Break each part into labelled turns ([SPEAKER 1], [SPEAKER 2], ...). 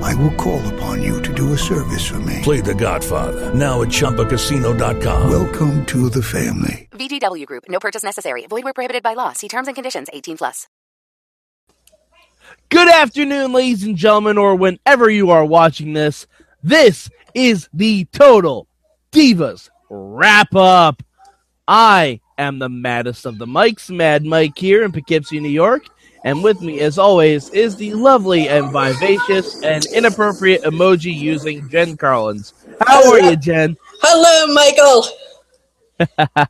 [SPEAKER 1] I will call upon you to do a service for me.
[SPEAKER 2] Play The Godfather now at ChumbaCasino.com.
[SPEAKER 1] Welcome to the family.
[SPEAKER 3] VGW Group. No purchase necessary. Void where prohibited by law. See terms and conditions. 18 plus.
[SPEAKER 4] Good afternoon, ladies and gentlemen, or whenever you are watching this. This is the Total Divas Wrap Up. I am the maddest of the mics, Mad Mike here in Poughkeepsie, New York. And with me, as always, is the lovely and vivacious and inappropriate emoji using Jen Carlins. How are you, Jen?
[SPEAKER 5] Hello, Michael.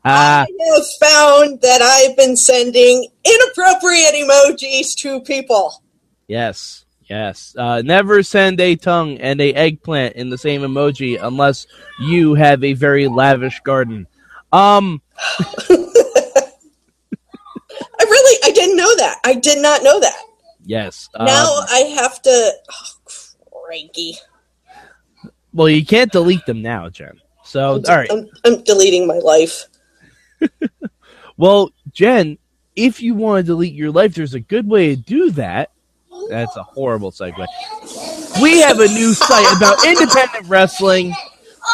[SPEAKER 5] I have found that I've been sending inappropriate emojis to people.
[SPEAKER 4] Yes, yes. Uh, never send a tongue and a eggplant in the same emoji unless you have a very lavish garden. Um,
[SPEAKER 5] I really, I didn't know that. I did not know that.
[SPEAKER 4] yes.
[SPEAKER 5] now
[SPEAKER 4] um,
[SPEAKER 5] I have to. Oh, cranky.
[SPEAKER 4] well, you can't delete them now, Jen. So, Oh, all right.
[SPEAKER 5] I'm, I'm deleting my life.
[SPEAKER 4] Well, Jen, if you want to delete your life, there's a good way to do that. That's a horrible segue. We have a new site about independent wrestling.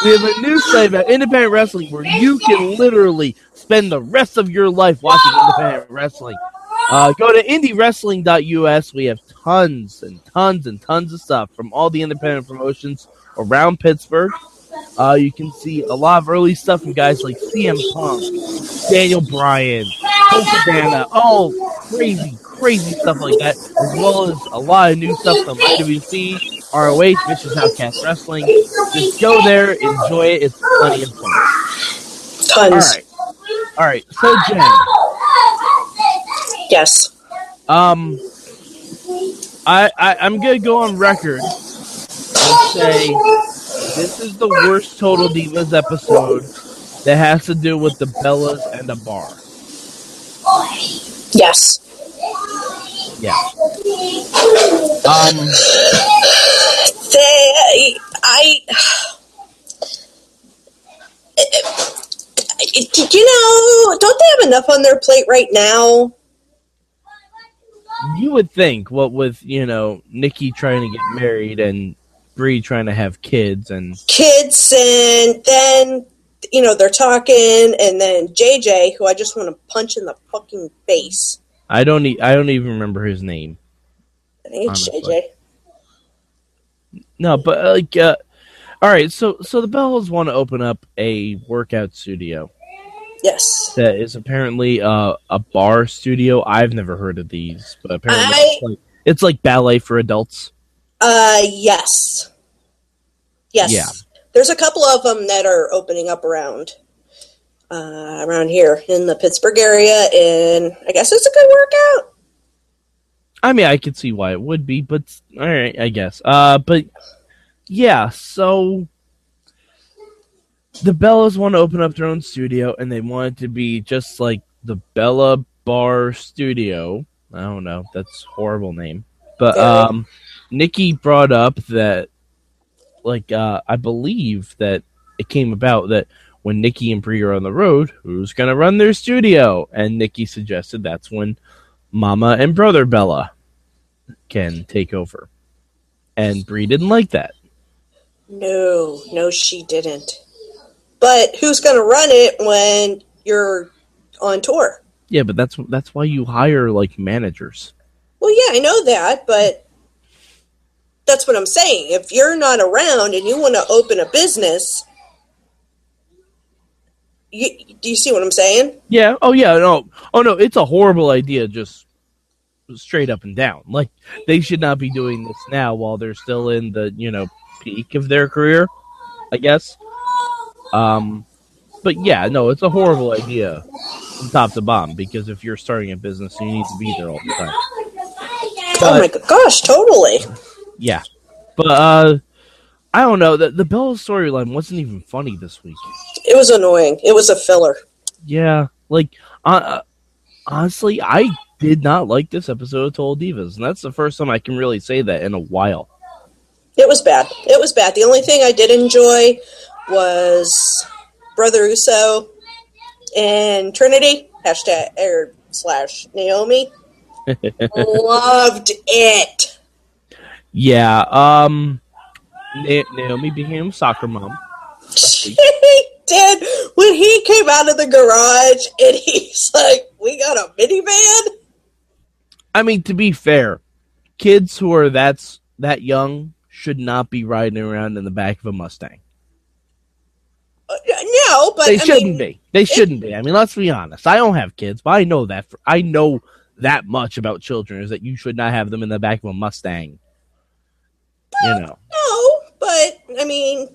[SPEAKER 4] We have a new site about independent wrestling where you can literally spend the rest of your life watching independent wrestling. Uh, go to indiewrestling.us. We have tons and tons and tons of stuff from all the independent promotions around Pittsburgh. Uh, you can see a lot of early stuff from guys like CM Punk, Daniel Bryan, Colt Cabana, all crazy, crazy stuff like that, as well as a lot of new stuff from IWC, ROH, Vicious Outcast Wrestling. Just go there, enjoy it. It's plenty of fun. All
[SPEAKER 5] Tons.
[SPEAKER 4] right, all right. So Jen,
[SPEAKER 5] Yes.
[SPEAKER 4] um, I, I I'm gonna go on record and say this is the worst Total Divas episode that has to do with the Bellas and the bar.
[SPEAKER 5] Yes.
[SPEAKER 4] Yeah. Um.
[SPEAKER 5] They, I. You know, don't they have enough on their plate right now?
[SPEAKER 4] You would think, what with you know Nikki trying to get married and Bree trying to have kids, and
[SPEAKER 5] kids and then you know they're talking and then JJ who I just want to punch in the fucking face.
[SPEAKER 4] I don't, e- I don't even remember his name.
[SPEAKER 5] I think it's
[SPEAKER 4] Honestly.
[SPEAKER 5] JJ.
[SPEAKER 4] No, but uh, like, uh, all right. So, so the Bellas want to open up a workout studio
[SPEAKER 5] Yes.
[SPEAKER 4] that is apparently uh, a bar studio. I've never heard of these, but apparently
[SPEAKER 5] I-
[SPEAKER 4] it's, like, it's like ballet for adults.
[SPEAKER 5] Uh yes. Yes.
[SPEAKER 4] Yeah.
[SPEAKER 5] There's a couple of them that are opening up around uh, around here in the Pittsburgh area and I guess it's a good workout.
[SPEAKER 4] I mean, I could see why it would be, but all right, I guess. Uh, but yeah, so the Bellas want to open up their own studio, and they want it to be just like the Bella Bar Studio. I don't know, that's a horrible name. But
[SPEAKER 5] Yeah.
[SPEAKER 4] um, Nikki brought up that, like, uh, I believe that it came about that when Nikki and Brie are on the road, who's gonna run their studio? And Nikki suggested that's when Mama and Brother Bella can take over. And Bree didn't like that.
[SPEAKER 5] No, no she didn't. But who's going to run it when you're on tour?
[SPEAKER 4] Yeah, but that's that's why you hire like managers.
[SPEAKER 5] Well, yeah, I know that, but that's what I'm saying. If you're not around and you want to open a business, you, do you see what I'm saying?
[SPEAKER 4] Yeah. Oh yeah. No. Oh no. It's a horrible idea. Just straight up and down. Like they should not be doing this now while they're still in the you know peak of their career. I guess. Um. But yeah, no, it's a horrible idea from top to bottom because if you're starting a business, you need to be there all the time.
[SPEAKER 5] oh my go- gosh, totally.
[SPEAKER 4] Yeah. But uh I don't know. The the Bella storyline wasn't even funny this week.
[SPEAKER 5] It was annoying. It was a filler.
[SPEAKER 4] Yeah. Like, uh, honestly, I did not like this episode of Total Divas, and that's the first time I can really say that in a while.
[SPEAKER 5] It was bad. It was bad. The only thing I did enjoy was Brother Uso and Trinity hashtag or slash Naomi. Loved it.
[SPEAKER 4] Yeah. Um. Na- Naomi became soccer mom.
[SPEAKER 5] She did when he came out of the garage and he's like, "We got a minivan."
[SPEAKER 4] I mean, to be fair, kids who are that's that young should not be riding around in the back of a Mustang.
[SPEAKER 5] Uh, No, but
[SPEAKER 4] they
[SPEAKER 5] I
[SPEAKER 4] shouldn't
[SPEAKER 5] mean,
[SPEAKER 4] be. They shouldn't be. I mean, let's be honest. I don't have kids, but I know that. For, I know that much about children is that you should not have them in the back of a Mustang. You know.
[SPEAKER 5] No, but I mean,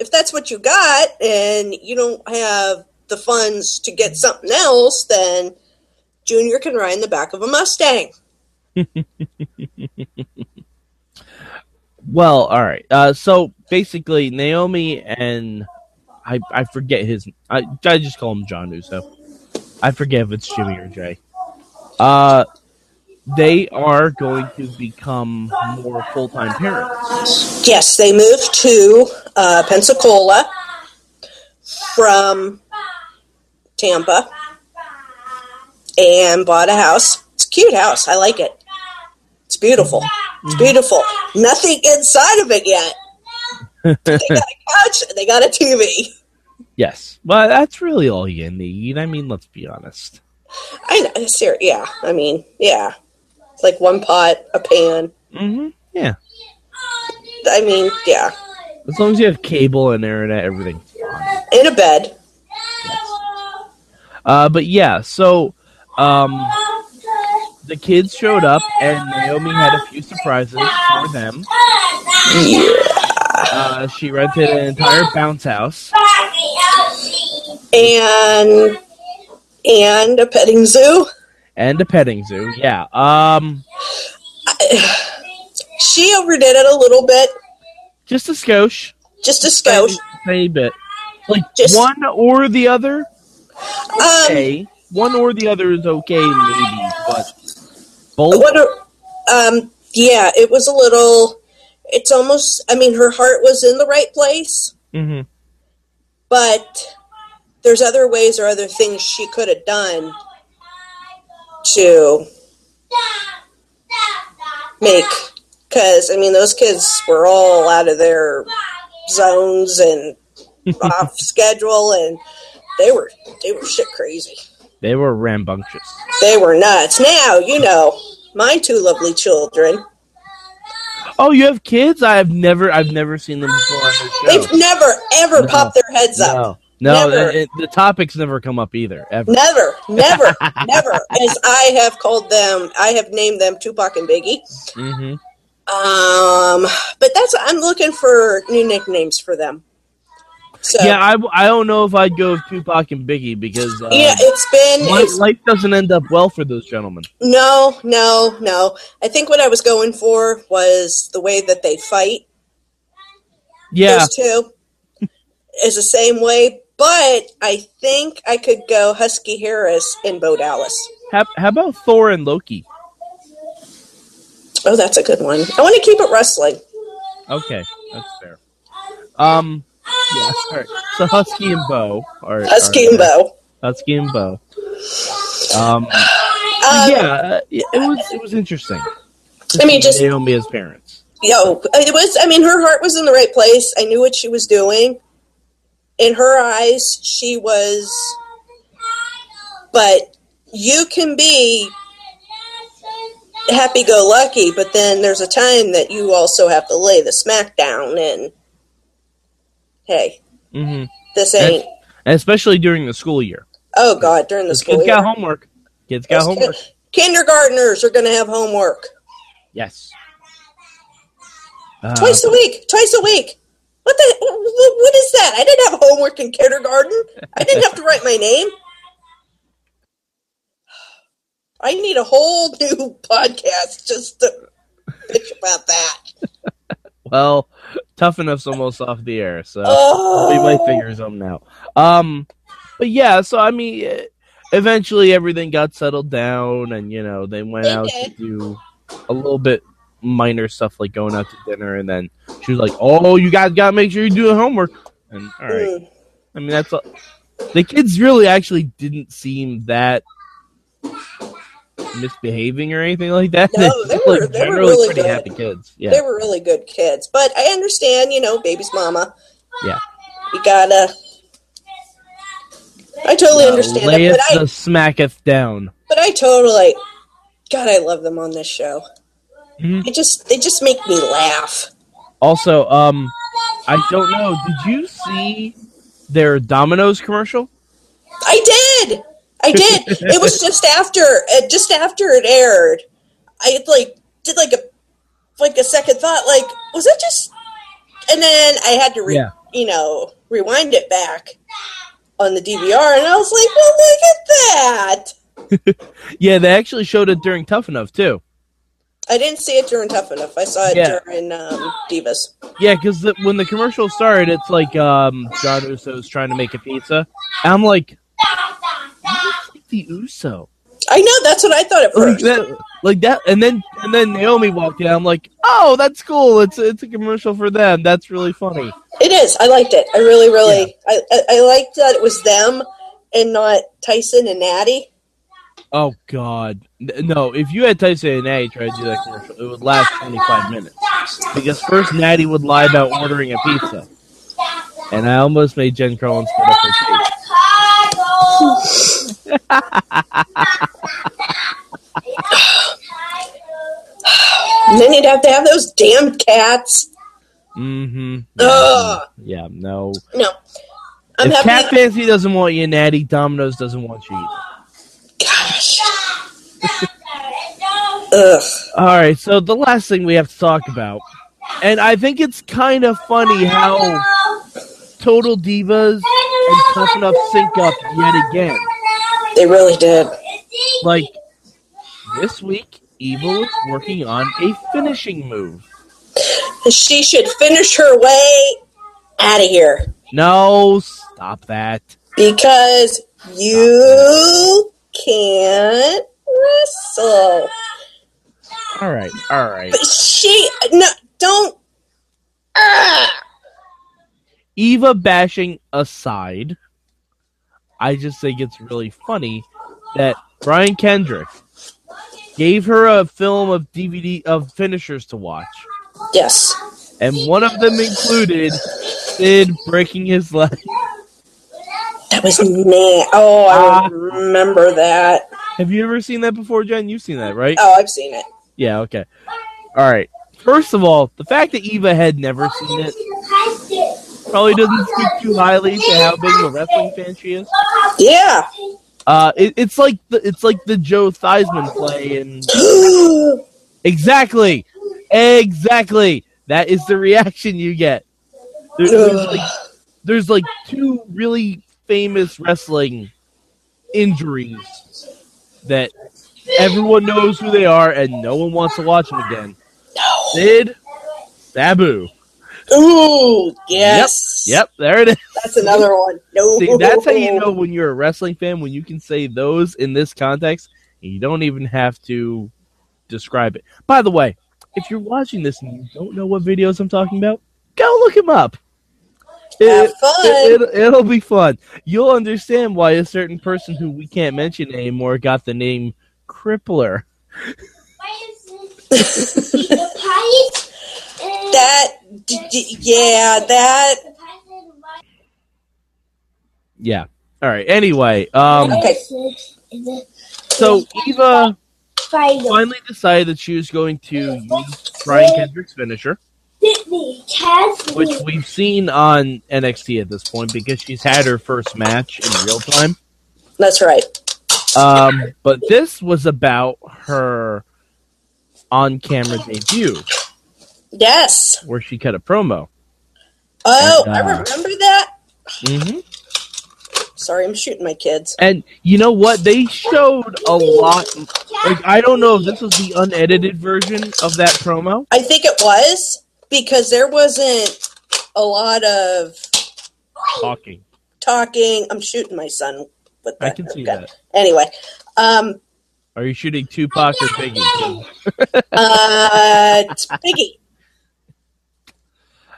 [SPEAKER 5] if that's what you got and you don't have the funds to get something else, then Junior can ride in the back of a Mustang.
[SPEAKER 4] Well, all right. Uh, so basically, Naomi and I, I forget his. I, I just call him John Uso. I forget if it's Jimmy or Jay. Uh, they are going to become more full time parents.
[SPEAKER 5] Yes, they moved to uh, Pensacola from Tampa and bought a house. It's a cute house. I like it. It's beautiful. It's beautiful. Nothing inside of it yet. they got a couch and they got a TV.
[SPEAKER 4] Yes, well, that's really all you need. I mean, let's be honest.
[SPEAKER 5] I know. Ser- yeah. I mean, yeah. It's like one pot, a pan.
[SPEAKER 4] Mm-hmm. Yeah,
[SPEAKER 5] I mean, yeah.
[SPEAKER 4] as long as you have cable and internet, everything.
[SPEAKER 5] In a bed.
[SPEAKER 4] Uh, but yeah, so um, the kids showed up, and Naomi had a few surprises for them. Uh, she rented an entire bounce house.
[SPEAKER 5] And and a petting zoo.
[SPEAKER 4] and a petting zoo. Yeah. Um,
[SPEAKER 5] She overdid it a little bit.
[SPEAKER 4] just a skosh,
[SPEAKER 5] Just a skosh.
[SPEAKER 4] tiny bit, like
[SPEAKER 5] Just-
[SPEAKER 4] one or the other.
[SPEAKER 5] Um,
[SPEAKER 4] Okay, one or the other is okay, maybe, but both.
[SPEAKER 5] what a, um, yeah, it was a little. It's almost. I mean, her heart was in the right place,
[SPEAKER 4] hmm
[SPEAKER 5] but there's other ways or other things she could have done to make. Because I mean, those kids were all out of their zones and off schedule, and they were they were shit crazy.
[SPEAKER 4] They were rambunctious.
[SPEAKER 5] They were nuts. Now you know my two lovely children.
[SPEAKER 4] Oh, you have kids? I've never, I've never seen them before on the
[SPEAKER 5] They've
[SPEAKER 4] show.
[SPEAKER 5] never ever
[SPEAKER 4] No.
[SPEAKER 5] popped their heads up.
[SPEAKER 4] No, no,
[SPEAKER 5] Never.
[SPEAKER 4] it- it- the topics never come up either. Ever.
[SPEAKER 5] Never, never, never. As I have called them, I have named them Tupac and Biggie.
[SPEAKER 4] hmm
[SPEAKER 5] Um, but that's I'm looking for new nicknames for them. So
[SPEAKER 4] Yeah,
[SPEAKER 5] yeah,
[SPEAKER 4] I, I don't know if I'd go with Tupac and Biggie because uh,
[SPEAKER 5] it's been
[SPEAKER 4] life,
[SPEAKER 5] it's-
[SPEAKER 4] life doesn't end up well for those gentlemen.
[SPEAKER 5] no, no, no. I think what I was going for was the way that they fight.
[SPEAKER 4] Yeah,
[SPEAKER 5] Those two is the same way, but I think I could go Husky Harris and Bo Dallas.
[SPEAKER 4] How, how about Thor and Loki?
[SPEAKER 5] Oh, that's a good one. I want to keep it wrestling.
[SPEAKER 4] Okay, that's fair. Um, yeah, all right. So Husky and Bo. All right,
[SPEAKER 5] Husky
[SPEAKER 4] all
[SPEAKER 5] and
[SPEAKER 4] right.
[SPEAKER 5] Bo.
[SPEAKER 4] Husky and Bo. Um,
[SPEAKER 5] Um,
[SPEAKER 4] yeah, uh, it was it was interesting.
[SPEAKER 5] I mean, just
[SPEAKER 4] Naomi as parents.
[SPEAKER 5] yo, it was. I mean, her heart was in the right place. I knew what she was doing. In her eyes, she was. But you can be happy-go-lucky, but then there's a time that you also have to lay the smack down. And hey,
[SPEAKER 4] hmm
[SPEAKER 5] this ain't.
[SPEAKER 4] Especially during the school year.
[SPEAKER 5] Oh God, during the school
[SPEAKER 4] Kids got
[SPEAKER 5] year,
[SPEAKER 4] homework. Kids got homework.
[SPEAKER 5] kindergartners are going to have homework
[SPEAKER 4] Yes. Uh,
[SPEAKER 5] twice a week. Twice a week. What the? wh- What is that? I didn't have homework in kindergarten. I didn't have to write my name. I need a whole new podcast just to bitch about that.
[SPEAKER 4] Uh, well, tough enough's almost off the air, so
[SPEAKER 5] Oh,
[SPEAKER 4] we might figure something out. Um, But yeah, so I mean, eh, eventually everything got settled down, and you know they went
[SPEAKER 5] They
[SPEAKER 4] out to
[SPEAKER 5] did.
[SPEAKER 4] do a little bit minor stuff like going out to dinner, and then she was like, "Oh, you guys got to make sure you do the homework." And all right,
[SPEAKER 5] Mm.
[SPEAKER 4] I mean that's all. the kids really actually didn't seem that misbehaving or anything like that.
[SPEAKER 5] No, they
[SPEAKER 4] seemed
[SPEAKER 5] were- they were
[SPEAKER 4] generally
[SPEAKER 5] really
[SPEAKER 4] pretty
[SPEAKER 5] good.
[SPEAKER 4] happy kids. Yeah,
[SPEAKER 5] They were really good kids, but I understand, you know, baby's mama.
[SPEAKER 4] yeah.
[SPEAKER 5] You gotta. I totally understand
[SPEAKER 4] Uh, Lay
[SPEAKER 5] it,
[SPEAKER 4] it
[SPEAKER 5] but I
[SPEAKER 4] the smacketh down.
[SPEAKER 5] but I totally. God, I love them on this show.
[SPEAKER 4] Mhm.
[SPEAKER 5] They just they just make me laugh.
[SPEAKER 4] Also, um, I don't know. Did you see their Domino's commercial?
[SPEAKER 5] I did. I did. it was just after, uh, just after it aired. I like did like a like a second thought. Like, was that just? And then I had to, re-
[SPEAKER 4] Yeah.
[SPEAKER 5] you know, rewind it back on the DVR, and I was like, "Well, look at that!"
[SPEAKER 4] Yeah, they actually showed it during Tough Enough too.
[SPEAKER 5] I didn't see it during Tough Enough. I saw it
[SPEAKER 4] Yeah.
[SPEAKER 5] during um, Divas.
[SPEAKER 4] Yeah, because when the commercial started, it's like um, John Uso's trying to make a pizza. And I'm like, "You look like the Uso,
[SPEAKER 5] I know that's what I thought at
[SPEAKER 4] like
[SPEAKER 5] first.
[SPEAKER 4] that, like that, and then and then Naomi walked in. I'm like, oh, that's cool. It's it's a commercial for them. That's really funny.
[SPEAKER 5] It is. I liked it. I really, really, I, I, I liked that it was them and not Tyson and Natty.
[SPEAKER 4] Oh God, N- no! If you had Tyson and Natty try to do that commercial, it would last twenty five minutes because first Natty would lie about ordering a pizza, and I almost made Jen Collins put up her case.
[SPEAKER 5] And then you'd have to have those damn cats.
[SPEAKER 4] Mm-hmm.
[SPEAKER 5] Ugh.
[SPEAKER 4] Yeah, no.
[SPEAKER 5] No. I'm
[SPEAKER 4] if Cat
[SPEAKER 5] happy.
[SPEAKER 4] Fancy doesn't want you, Natty Domino's doesn't want you. Either.
[SPEAKER 5] Gosh. Ugh.
[SPEAKER 4] All right, so the last thing we have to talk about, and I think it's kind of funny how Total Divas and Tough Enough sync up yet again.
[SPEAKER 5] They really did.
[SPEAKER 4] Like this week, Evil is working on a finishing move.
[SPEAKER 5] She should finish her way out of here
[SPEAKER 4] No, stop that.
[SPEAKER 5] because you can't wrestle.
[SPEAKER 4] All right, all right.
[SPEAKER 5] But she no don't. Ah.
[SPEAKER 4] Eva bashing aside, I just think it's really funny that Brian Kendrick gave her a film of DVD of finishers to watch,
[SPEAKER 5] Yes.
[SPEAKER 4] and one of them included Sid breaking his leg.
[SPEAKER 5] That was mad. Oh, I remember that.
[SPEAKER 4] Have you ever seen that before, Jen? You've seen that, right?
[SPEAKER 5] Oh, I've seen it.
[SPEAKER 4] Yeah. Okay. All right. First of all, the fact that Eva had never seen it probably doesn't speak too highly to how big of a wrestling fan she is.
[SPEAKER 5] Yeah.
[SPEAKER 4] Uh, it, it's like the it's like the Joe Theismann play in Exactly. Exactly. That is the reaction you get. There- there's, like, there's like two really famous wrestling injuries that everyone knows who they are and no one wants to watch them again. Sid, Sabu.
[SPEAKER 5] Ooh. Yes.
[SPEAKER 4] Yep, there it is.
[SPEAKER 5] That's another one. No.
[SPEAKER 4] See, that's how you know when you're a wrestling fan when you can say those in this context and you don't even have to describe it. By the way, if you're watching this and you don't know what videos I'm talking about, go look them up.
[SPEAKER 5] Have fun.
[SPEAKER 4] will be fun. You'll understand why a certain person who we can't mention anymore got the name Crippler.
[SPEAKER 5] That. D- d- yeah. That.
[SPEAKER 4] Yeah. All right. Anyway, um,
[SPEAKER 5] Okay.
[SPEAKER 4] so Eva finally decided that she was going to use Brian Kendrick's finisher. which we've seen on NXT at this point because she's had her first match in real time.
[SPEAKER 5] That's right.
[SPEAKER 4] Um, but this was about her on-camera debut
[SPEAKER 5] Yes.
[SPEAKER 4] where she cut a promo.
[SPEAKER 5] Oh,
[SPEAKER 4] And,
[SPEAKER 5] I
[SPEAKER 4] uh,
[SPEAKER 5] remember that.
[SPEAKER 4] hmm
[SPEAKER 5] Sorry, I'm shooting my kids.
[SPEAKER 4] And you know what? They showed a lot. Like I don't know if this was the unedited version of that promo.
[SPEAKER 5] I think it was because there wasn't a lot of
[SPEAKER 4] Talking.
[SPEAKER 5] talking. I'm shooting my son with
[SPEAKER 4] I
[SPEAKER 5] the
[SPEAKER 4] can see
[SPEAKER 5] gun.
[SPEAKER 4] that.
[SPEAKER 5] Anyway, um,
[SPEAKER 4] Are you shooting Tupac or Biggie?
[SPEAKER 5] uh, it's Biggie.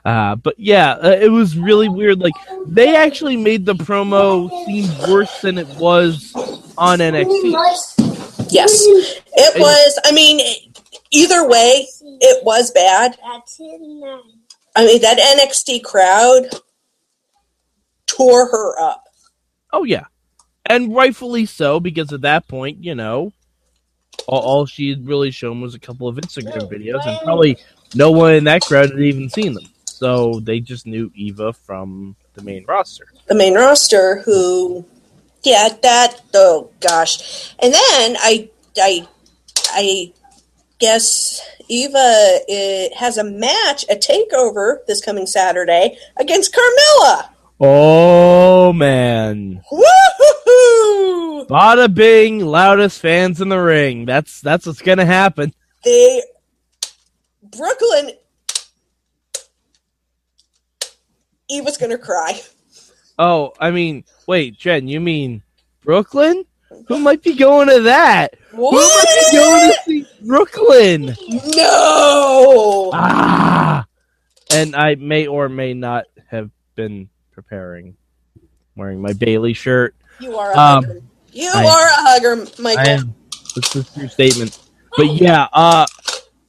[SPEAKER 4] Uh, but yeah, uh, it was really weird. Like they actually made the promo seem worse than it was on NXT.
[SPEAKER 5] Yes, it was. I mean, either way, it was bad. I mean, that NXT crowd tore her up.
[SPEAKER 4] Oh yeah, and rightfully so because at that point, you know, all, all she had really shown was a couple of Instagram videos, and probably no one in that crowd had even seen them. So they just knew Eva from the main roster.
[SPEAKER 5] The main roster, who, yeah, that oh gosh, and then I, I, I guess Eva it, has a match, a takeover this coming Saturday against Carmella.
[SPEAKER 4] Oh man,
[SPEAKER 5] Woohoo!
[SPEAKER 4] bada bing, loudest fans in the ring. That's that's what's gonna happen.
[SPEAKER 5] They Brooklyn Eva's gonna cry.
[SPEAKER 4] Oh, I mean, wait, Jen, you mean Brooklyn? Who might be going to that? Who might be going to see Brooklyn?
[SPEAKER 5] No!
[SPEAKER 4] Ah! And I may or may not have been preparing, wearing my Bailey shirt.
[SPEAKER 5] You are a
[SPEAKER 4] Um,
[SPEAKER 5] hugger. You
[SPEAKER 4] I-
[SPEAKER 5] are a hugger, Michael.
[SPEAKER 4] I am. This is your statement. But yeah, uh,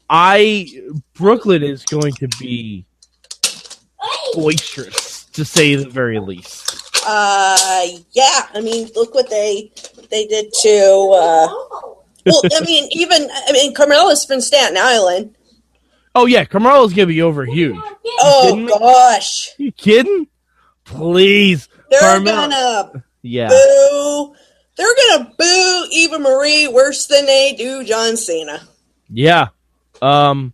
[SPEAKER 4] I Brooklyn is going to be boisterous, to say the very least.
[SPEAKER 5] Uh, yeah. I mean, look what they they did to. Uh, well, I mean, even I mean, Carmella's from Staten Island.
[SPEAKER 4] Oh yeah, Camaro's gonna be over huge.
[SPEAKER 5] Oh
[SPEAKER 4] kidding me?
[SPEAKER 5] gosh,
[SPEAKER 4] You kidding? Please,
[SPEAKER 5] they're
[SPEAKER 4] Carmella.
[SPEAKER 5] gonna
[SPEAKER 4] Yeah.
[SPEAKER 5] boo. They're gonna boo Eva Marie worse than they do John Cena.
[SPEAKER 4] Yeah. Um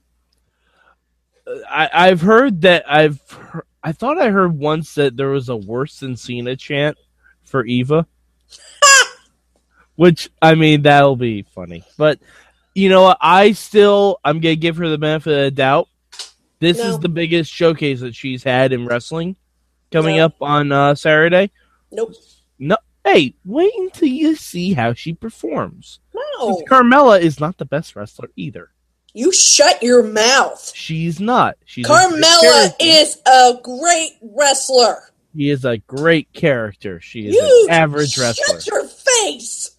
[SPEAKER 4] I I've heard that I've hear- I thought I heard once that there was a worse than Cena chant for Eva. Which I mean that'll be funny. But you know what? I still I'm going to give her the benefit of the doubt. This
[SPEAKER 5] No.
[SPEAKER 4] is the biggest showcase that she's had in wrestling coming
[SPEAKER 5] No.
[SPEAKER 4] up on uh, Saturday.
[SPEAKER 5] Nope.
[SPEAKER 4] No, hey, wait until you see how she performs.
[SPEAKER 5] No,
[SPEAKER 4] Since Carmella is not the best wrestler either.
[SPEAKER 5] you shut your mouth.
[SPEAKER 4] She's not. She's a great
[SPEAKER 5] Carmella
[SPEAKER 4] character.
[SPEAKER 5] is a great wrestler.
[SPEAKER 4] She is a great character. She is
[SPEAKER 5] You
[SPEAKER 4] an average wrestler.
[SPEAKER 5] Shut your face.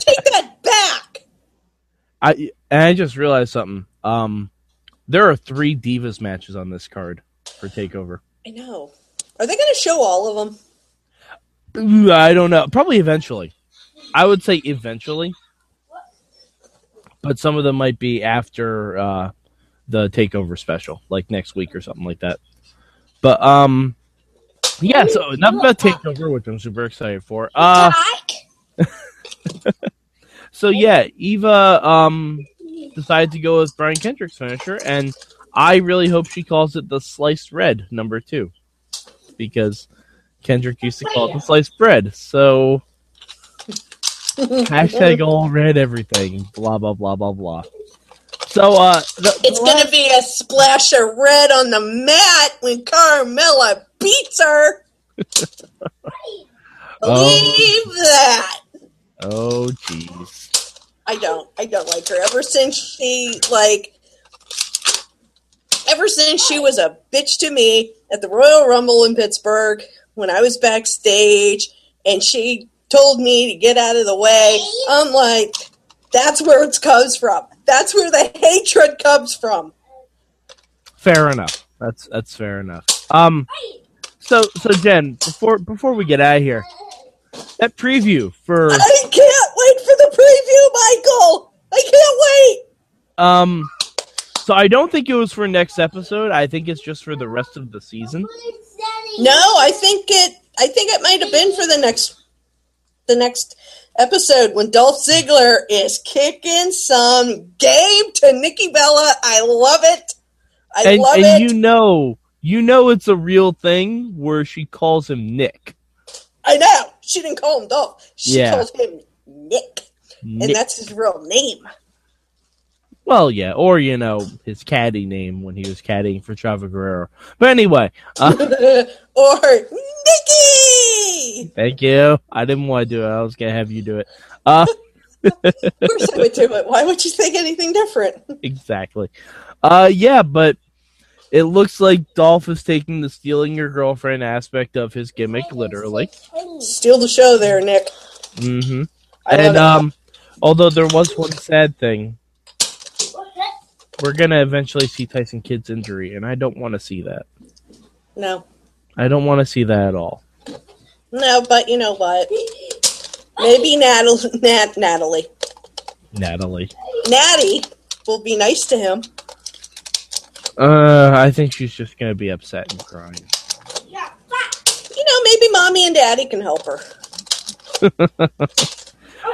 [SPEAKER 5] Take that back.
[SPEAKER 4] I and I just realized something. Um, there are three divas matches on this card for Takeover.
[SPEAKER 5] I know. Are they going to show all of them?
[SPEAKER 4] Ooh, I don't know. Probably eventually. I would say eventually, but some of them might be after uh, the Takeover special, like next week or something like that. But um, yeah. So enough about Takeover, which I'm super excited for. Uh, So yeah, Eva um decided to go with Brian Kendrick's finisher, and I really hope she calls it the sliced red number two, because Kendrick used to call it the sliced bread. So hashtag all red everything. Blah blah blah blah blah. So uh, the,
[SPEAKER 5] It's going to be a splash of red on the mat when Carmella beats her. Believe
[SPEAKER 4] Um,
[SPEAKER 5] that.
[SPEAKER 4] oh jeez,
[SPEAKER 5] I don't. I don't like her. Ever since she, like, ever since she was a bitch to me at the Royal Rumble in Pittsburgh when I was backstage and she told me to get out of the way, I'm like, that's where it comes from. That's where the hatred comes from.
[SPEAKER 4] fair enough. That's that's fair enough. Um, so so Jen, before before we get out of here, that preview for.
[SPEAKER 5] I can't wait for the preview, Michael. I can't wait.
[SPEAKER 4] Um, so I don't think it was for next episode. I think it's just for the rest of the season.
[SPEAKER 5] No, I think it. I think it might have been for the next, the next episode when Dolph Ziggler is kicking some game to Nikki Bella. I love it. I
[SPEAKER 4] and
[SPEAKER 5] love
[SPEAKER 4] and
[SPEAKER 5] it.
[SPEAKER 4] you know, you know, it's a real thing where she calls him Nick.
[SPEAKER 5] I know she didn't call him Dolph. She
[SPEAKER 4] Yeah.
[SPEAKER 5] called him Nick, and
[SPEAKER 4] Nick.
[SPEAKER 5] that's his real name.
[SPEAKER 4] Well, yeah, or you know his caddy name when he was caddying for Chava Guerrero. But anyway, uh,
[SPEAKER 5] or Nikki.
[SPEAKER 4] thank you. I didn't want to do it. I was gonna have you do it. Uh,
[SPEAKER 5] Of course, I would do it. Why would you think anything different?
[SPEAKER 4] exactly. Uh, yeah, but it looks like Dolph is taking the stealing your girlfriend aspect of his gimmick literally.
[SPEAKER 5] Steal the show, there, Nick.
[SPEAKER 4] hmm
[SPEAKER 5] I love
[SPEAKER 4] And
[SPEAKER 5] it.
[SPEAKER 4] um, although there was one sad thing, we're gonna eventually see Tyson Kidd's injury, and I don't want to see that.
[SPEAKER 5] no,
[SPEAKER 4] I don't want to see that at all.
[SPEAKER 5] no, but you know what? Maybe Natalie, Nat, Natalie,
[SPEAKER 4] Natalie.
[SPEAKER 5] Natty will be nice to him.
[SPEAKER 4] Uh, I think she's just gonna be upset and crying.
[SPEAKER 5] You know, maybe mommy and daddy can help her.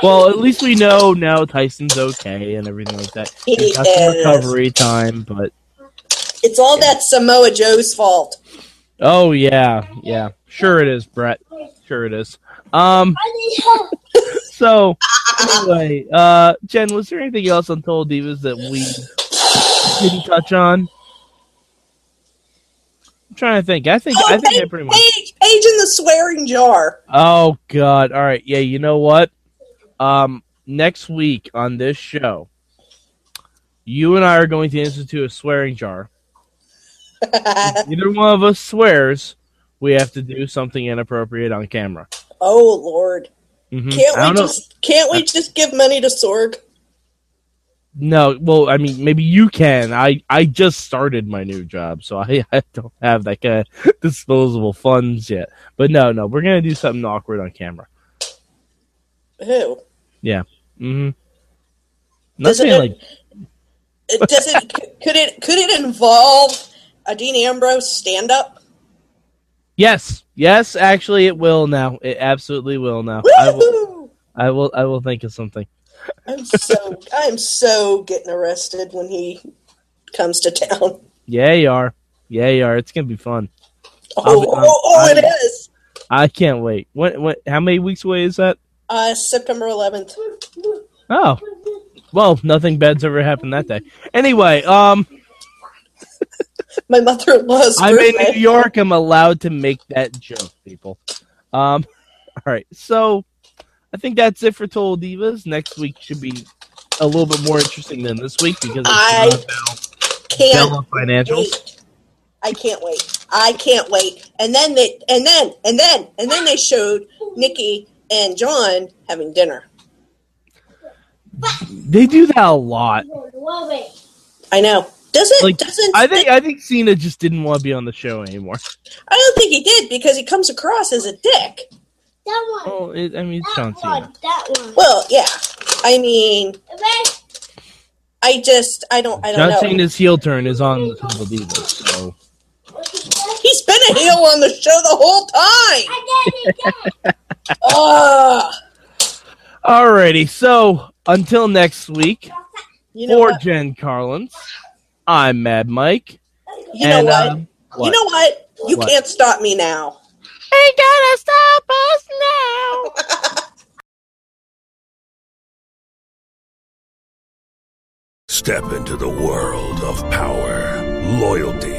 [SPEAKER 4] Well, at least we know now Tyson's okay and everything like that.
[SPEAKER 5] He
[SPEAKER 4] He's got some
[SPEAKER 5] is.
[SPEAKER 4] recovery time, but
[SPEAKER 5] It's all that Samoa Joe's fault.
[SPEAKER 4] oh yeah, yeah, sure it is, Brett. Sure it is. Um, so anyway, uh, Jen, was there anything else on Total Divas that we didn't touch on? I'm trying to think. I think I think I
[SPEAKER 5] Paige,
[SPEAKER 4] pretty much.
[SPEAKER 5] Paige, Paige in the swearing jar.
[SPEAKER 4] Oh God! All right, yeah. You know what? Um, next week on this show, you and I are going to institute a swearing jar. If either one of us swears, we have to do something inappropriate on camera.
[SPEAKER 5] Oh Lord!
[SPEAKER 4] Mhm.
[SPEAKER 5] Can't
[SPEAKER 4] I
[SPEAKER 5] we
[SPEAKER 4] don't know-
[SPEAKER 5] just can't we just give money to Sorg?
[SPEAKER 4] No, well, I mean, maybe you can. I I just started my new job, so I, I don't have that kind of disposable funds yet. But no, no, we're gonna do something awkward on camera.
[SPEAKER 5] Who?
[SPEAKER 4] Mm-hmm. Not
[SPEAKER 5] Does it-
[SPEAKER 4] saying like
[SPEAKER 5] It- Does it? could it? Could it involve a Dean Ambrose stand up?
[SPEAKER 4] Yes, yes, actually, it will now. It absolutely will now. I will,
[SPEAKER 5] Woohoo!
[SPEAKER 4] I will, I will think of something.
[SPEAKER 5] I'm so I'm so getting arrested when he comes to town.
[SPEAKER 4] Yeah, you are. Yeah, you are. It's gonna be fun.
[SPEAKER 5] Oh,
[SPEAKER 4] I'll-
[SPEAKER 5] oh, oh,
[SPEAKER 4] I'll-
[SPEAKER 5] it is.
[SPEAKER 4] I can't wait. What? What? How many weeks away is that?
[SPEAKER 5] Uh, September 11th.
[SPEAKER 4] Oh, well, nothing bad's ever happened that day. Anyway, um,
[SPEAKER 5] My mother-in-law's
[SPEAKER 4] I'm in
[SPEAKER 5] birthday.
[SPEAKER 4] New York. I'm allowed to make that joke, people. Um, all right. So, I think that's it for Total Divas. Next week should be a little bit more interesting than this week because it's
[SPEAKER 5] I
[SPEAKER 4] not
[SPEAKER 5] Can't
[SPEAKER 4] Bella financials.
[SPEAKER 5] wait. I can't wait. I can't wait. And then they and then and then and then they showed Nikki and John having dinner.
[SPEAKER 4] They do that a lot.
[SPEAKER 5] I know. Doesn't
[SPEAKER 4] Like,
[SPEAKER 5] doesn't
[SPEAKER 4] I think I think Cena just didn't want to be on the show anymore.
[SPEAKER 5] I don't think he did because he comes across as a dick.
[SPEAKER 6] That one.
[SPEAKER 4] Well, it, I mean, it's John
[SPEAKER 6] That
[SPEAKER 4] Cena.
[SPEAKER 6] one. That one.
[SPEAKER 5] Well, yeah. I mean, I just I don't I don't
[SPEAKER 4] John
[SPEAKER 5] know.
[SPEAKER 4] Cena's heel turn is on the Total Divas. So
[SPEAKER 5] He's been a heel on the show the whole time. Ah,
[SPEAKER 4] alrighty, so until next week
[SPEAKER 5] you know
[SPEAKER 4] for
[SPEAKER 5] what?
[SPEAKER 4] Jen Carlins, I'm Mad Mike.
[SPEAKER 5] You know
[SPEAKER 4] and,
[SPEAKER 5] what?
[SPEAKER 4] um,
[SPEAKER 5] You know what? You
[SPEAKER 4] What?
[SPEAKER 5] can't stop me now.
[SPEAKER 4] ain't gonna stop us now.
[SPEAKER 2] Step into the world of power, loyalty,